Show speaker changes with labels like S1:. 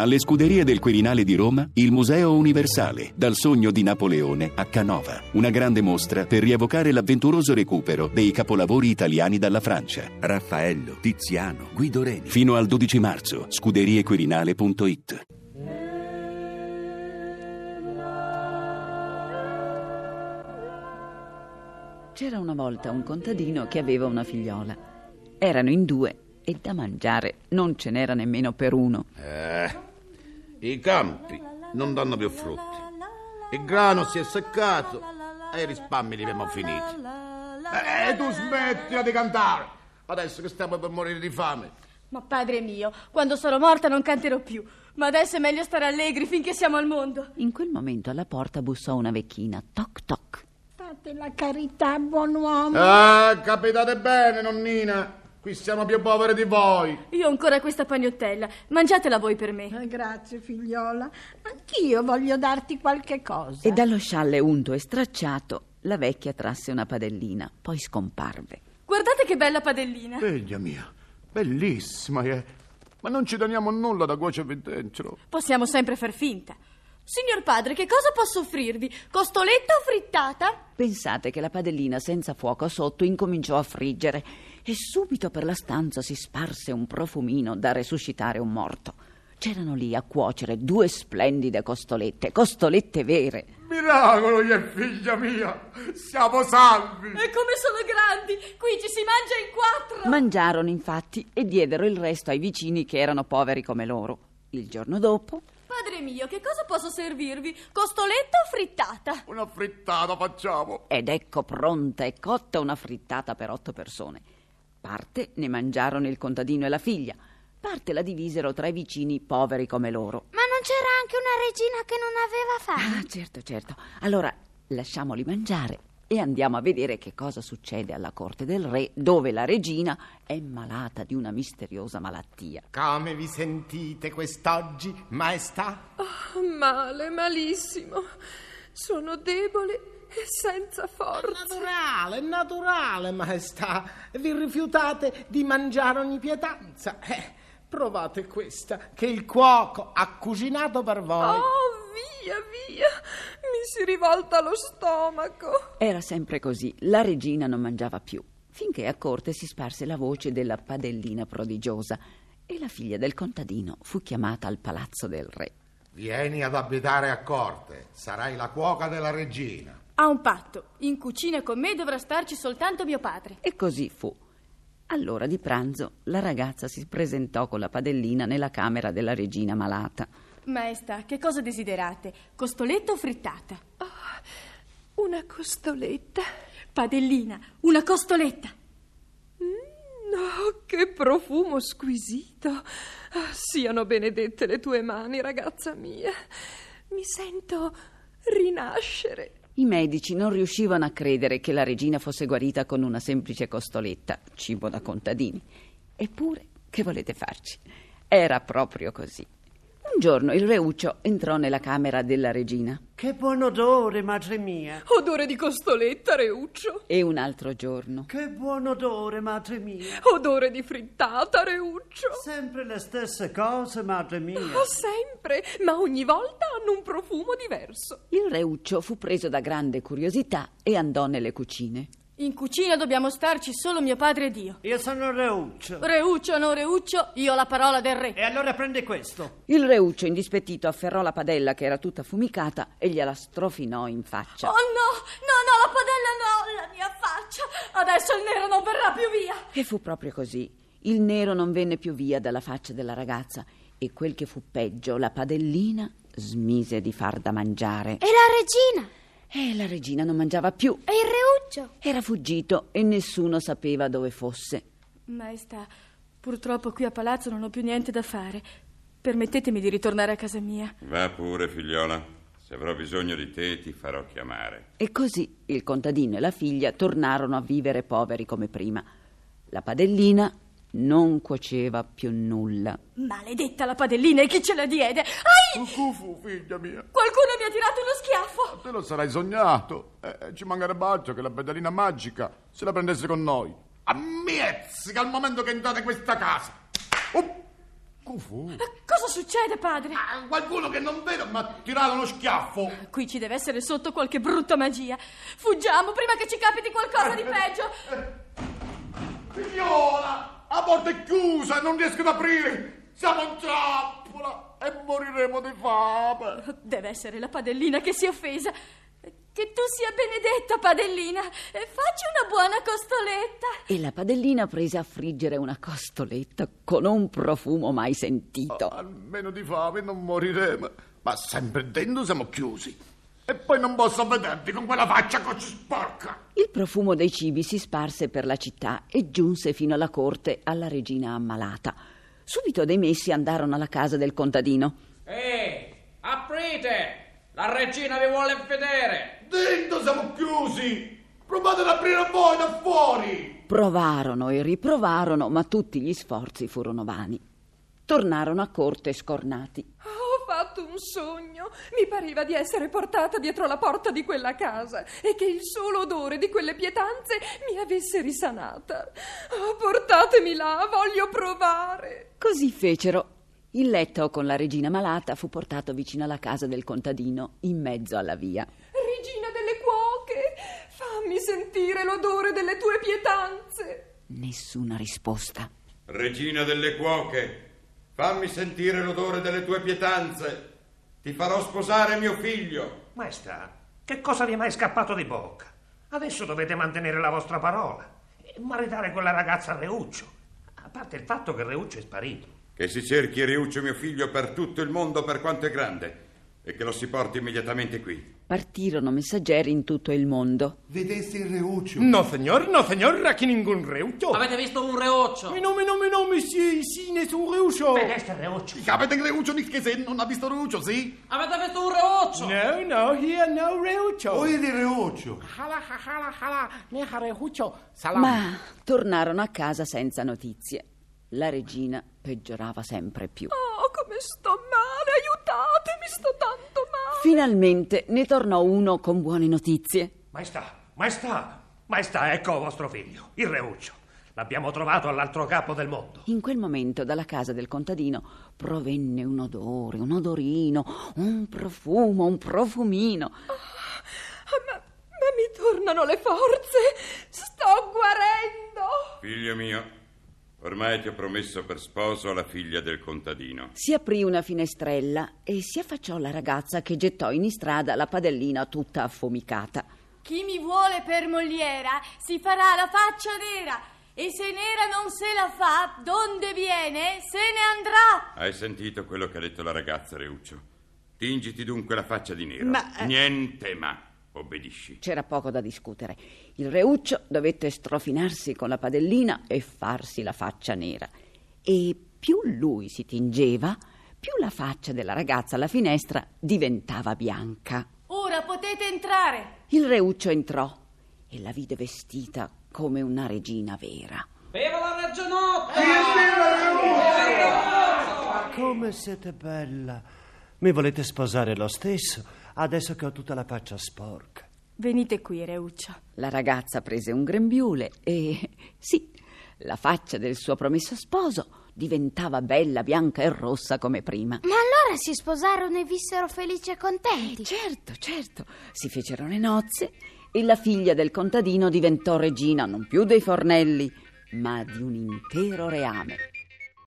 S1: Alle scuderie del Quirinale di Roma, il Museo Universale, dal sogno di Napoleone a Canova. Una grande mostra per rievocare l'avventuroso recupero dei capolavori italiani dalla Francia.
S2: Raffaello, Tiziano, Guido Reni.
S1: Fino al 12 marzo, scuderiequirinale.it.
S3: C'era una volta un contadino che aveva una figliola. Erano in due e da mangiare non ce n'era nemmeno per uno.
S4: Eh, i campi non danno più frutti. Il grano si è seccato e i risparmi li abbiamo finiti. E Eh, tu smettila di cantare! Adesso che stiamo per morire di fame.
S5: Ma padre mio, quando sarò morta non canterò più. Ma adesso è meglio stare allegri finché siamo al mondo.
S3: In quel momento alla porta bussò una vecchina. Toc toc.
S6: Fate la carità, buon uomo.
S4: Ah, capitate bene, nonnina. Qui siamo più poveri di voi.
S5: Io ho ancora questa pagnottella. Mangiatela voi per me.
S6: Eh, Grazie, figliola. Anch'io voglio darti qualche cosa.
S3: E dallo scialle unto e stracciato la vecchia trasse una padellina, poi scomparve.
S5: Guardate che bella padellina.
S4: Figlia mia, bellissima è. Ma non ci teniamo nulla da cuocervi dentro.
S5: Possiamo sempre far finta. Signor padre, che cosa posso offrirvi? Costoletta o frittata?
S3: Pensate che la padellina senza fuoco sotto incominciò a friggere e subito per la stanza si sparse un profumino da resuscitare un morto. C'erano lì a cuocere due splendide costolette, costolette vere.
S4: Miracolo, è figlia mia. Siamo salvi.
S5: E come sono grandi! Qui ci si mangia in quattro!
S3: Mangiarono infatti e diedero il resto ai vicini che erano poveri come loro. Il giorno dopo
S5: Padre mio, che cosa posso servirvi? Costoletta o frittata?
S4: Una frittata facciamo.
S3: Ed ecco pronta e cotta una frittata per otto persone. Parte ne mangiarono il contadino e la figlia, parte la divisero tra i vicini poveri come loro.
S7: Ma non c'era anche una regina che non aveva fame?
S3: Ah, certo, certo. Allora lasciamoli mangiare e andiamo a vedere che cosa succede alla corte del re, dove la regina è malata di una misteriosa malattia.
S8: Come vi sentite quest'oggi, maestà?
S9: Ah, Male, malissimo. Sono debole e senza forza.
S8: Ah, Naturale, naturale, maestà. Vi rifiutate di mangiare ogni pietanza. Eh, provate questa che il cuoco ha cucinato per voi.
S9: Oh, via, via. Mi si rivolta lo stomaco.
S3: Era sempre così, la regina non mangiava più, finché a corte si sparse la voce della padellina prodigiosa e la figlia del contadino fu chiamata al palazzo del re.
S10: Vieni ad abitare a corte, sarai la cuoca della regina.
S5: Ha un patto. In cucina con me dovrà starci soltanto mio padre.
S3: E così fu. All'ora di pranzo la ragazza si presentò con la padellina nella camera della regina malata.
S5: Maestà, che cosa desiderate? Costoletta o frittata?
S9: Una costoletta.
S5: Padellina, una costoletta.
S9: Mm, No, Oh, che profumo squisito. Ah, Siano benedette le tue mani, ragazza mia. Mi sento rinascere.
S3: I medici non riuscivano a credere che la regina fosse guarita con una semplice costoletta, cibo da contadini. Eppure, che volete farci? Era proprio così. Un giorno il reuccio entrò nella camera della regina
S11: Che buon odore, madre mia.
S9: Odore di costoletta, Reuccio.
S3: e un altro giorno.
S11: Che buon odore, madre mia.
S9: Odore di frittata, Reuccio.
S11: Sempre le stesse cose, madre mia.
S9: Oh, sempre, ma ogni volta hanno un profumo diverso.
S3: Il reuccio fu preso da grande curiosità e andò nelle cucine.
S5: In cucina dobbiamo starci solo mio padre ed io.
S11: Io sono Reuccio.
S5: Reuccio o non Reuccio, io ho la parola del re.
S11: E allora prendi questo.
S3: Il reuccio, indispettito, afferrò la padella che era tutta affumicata e gliela strofinò in
S5: Oh
S3: faccia.
S5: no, no, no, la padella no, la mia faccia. Adesso il nero non verrà più via.
S3: E fu proprio così. Il nero non venne più via dalla faccia della ragazza e quel che fu peggio, la padellina smise di far da mangiare.
S7: E la regina?
S3: E la regina non mangiava più.
S7: E il reuccio?
S3: Era fuggito e nessuno sapeva dove fosse.
S5: Maestà, purtroppo qui a palazzo non ho più niente da fare. Permettetemi di ritornare a casa mia.
S12: Va pure, figliola. Se avrò bisogno di te, ti farò chiamare.
S3: E così il contadino e la figlia tornarono a vivere poveri come prima. La padellina non cuoceva più nulla.
S5: Maledetta la padellina e chi ce la diede? Ai!
S4: Cucufu, figlia mia.
S5: Qualcuno mi ha tirato uno schiaffo!
S4: Te lo sarai sognato. Eh, ci mancherebbe altro che la pedalina magica se la prendesse con noi. Ammezzica al momento che entrate in questa casa. Oh, Cufu.
S5: Cosa succede, padre?
S4: Qualcuno che non vedo mi ha tirato uno schiaffo.
S5: Qui ci deve essere sotto qualche brutta magia. Fuggiamo prima che ci capiti qualcosa di peggio.
S4: Eh, Figliola, la porta è chiusa, non riesco ad aprire. Siamo in trappola e moriremo di fame.
S5: Deve essere la padellina che si è offesa. Che tu sia benedetta, padellina, e facci una buona costoletta.
S3: E la padellina prese a friggere una costoletta con un profumo mai sentito.
S4: Almeno di fame non moriremo. Ma sempre dentro siamo chiusi. E poi non posso vederti con quella faccia così sporca.
S3: Il profumo dei cibi si sparse per la città e giunse fino alla corte alla regina ammalata. Subito dei messi andarono alla casa del contadino.
S13: Ehi, aprite! La regina vi vuole vedere!
S4: Dentro siamo chiusi! Provate ad aprire voi da fuori!
S3: Provarono e riprovarono, ma tutti gli sforzi furono vani. Tornarono a corte scornati.
S9: Ho fatto un sogno. Mi pareva di essere portata dietro la porta di quella casa e che il solo odore di quelle pietanze mi avesse risanata. Oh, portatemi là, voglio provare.
S3: Così fecero. Il letto con la regina malata fu portato vicino alla casa del contadino, in mezzo alla via.
S9: Regina delle cuoche, fammi sentire l'odore delle tue pietanze.
S3: Nessuna risposta.
S14: Regina delle cuoche, fammi sentire l'odore delle tue pietanze. Ti farò sposare mio figlio.
S15: Maestà, che cosa vi è mai scappato di bocca? Adesso dovete mantenere la vostra parola e maritare quella ragazza a Reuccio. A parte il fatto che Reuccio è sparito.
S14: Che si cerchi Riuccio mio figlio per tutto il mondo per quanto è grande e che lo si porti immediatamente qui.
S3: Partirono messaggeri in tutto il mondo.
S4: Vedeste il Reuccio?
S11: No, signor, no, signor, a chi ningun Reuccio.
S13: Avete visto un reoccio?
S11: Mi nome, nome, nome, sì, sì, nessun Reuccio.
S15: Vedeste il Reuccio?
S4: Capite che Reuccio di che se non ha visto Reuccio, sì?
S13: Avete visto un reoccio?
S11: No, no, here no Reuccio.
S4: Voi di Reuccio.
S11: Hala, hala, hala, ne ha Reuccio. Salam.
S3: Ma tornarono a casa senza notizie. La regina peggiorava sempre più.
S9: Oh, come sto male, aiutatemi, sto tanto male.
S3: Finalmente ne tornò uno con buone notizie.
S15: Maestà, maestà, maestà, ecco vostro figlio, il Reuccio. L'abbiamo trovato all'altro capo del mondo.
S3: In quel momento dalla casa del contadino provenne un odore, un odorino, un profumo, un profumino.
S9: Ah, ma, ma mi tornano le forze, sto guarendo.
S14: Figlio mio, Ormai ti ho promesso per sposo la figlia del contadino.
S3: Si aprì una finestrella e si affacciò la ragazza che gettò in istrada la padellina tutta affumicata.
S5: Chi mi vuole per mogliera si farà la faccia nera e se nera non se la fa, donde viene, se ne andrà.
S14: Hai sentito quello che ha detto la ragazza, Reuccio? Tingiti dunque la faccia di nero.
S3: Ma- eh,
S14: Niente ma. Obbedisci.
S3: C'era poco da discutere. Il reuccio dovette strofinarsi con la padellina e farsi la faccia nera. E più lui si tingeva, più la faccia della ragazza alla finestra diventava bianca.
S5: Ora potete entrare.
S3: Il reuccio entrò e la vide vestita come una regina vera.
S13: Viva la reggianotta!
S16: Come siete bella. Mi volete sposare lo stesso, adesso che ho tutta la faccia sporca.
S5: Venite qui, Reuccio.
S3: La ragazza prese un grembiule e sì, la faccia del suo promesso sposo diventava bella, bianca e rossa come prima.
S7: Ma allora si sposarono e vissero felici e contenti.
S3: Certo, certo, si fecero le nozze e la figlia del contadino diventò regina non più dei fornelli, ma di un intero reame.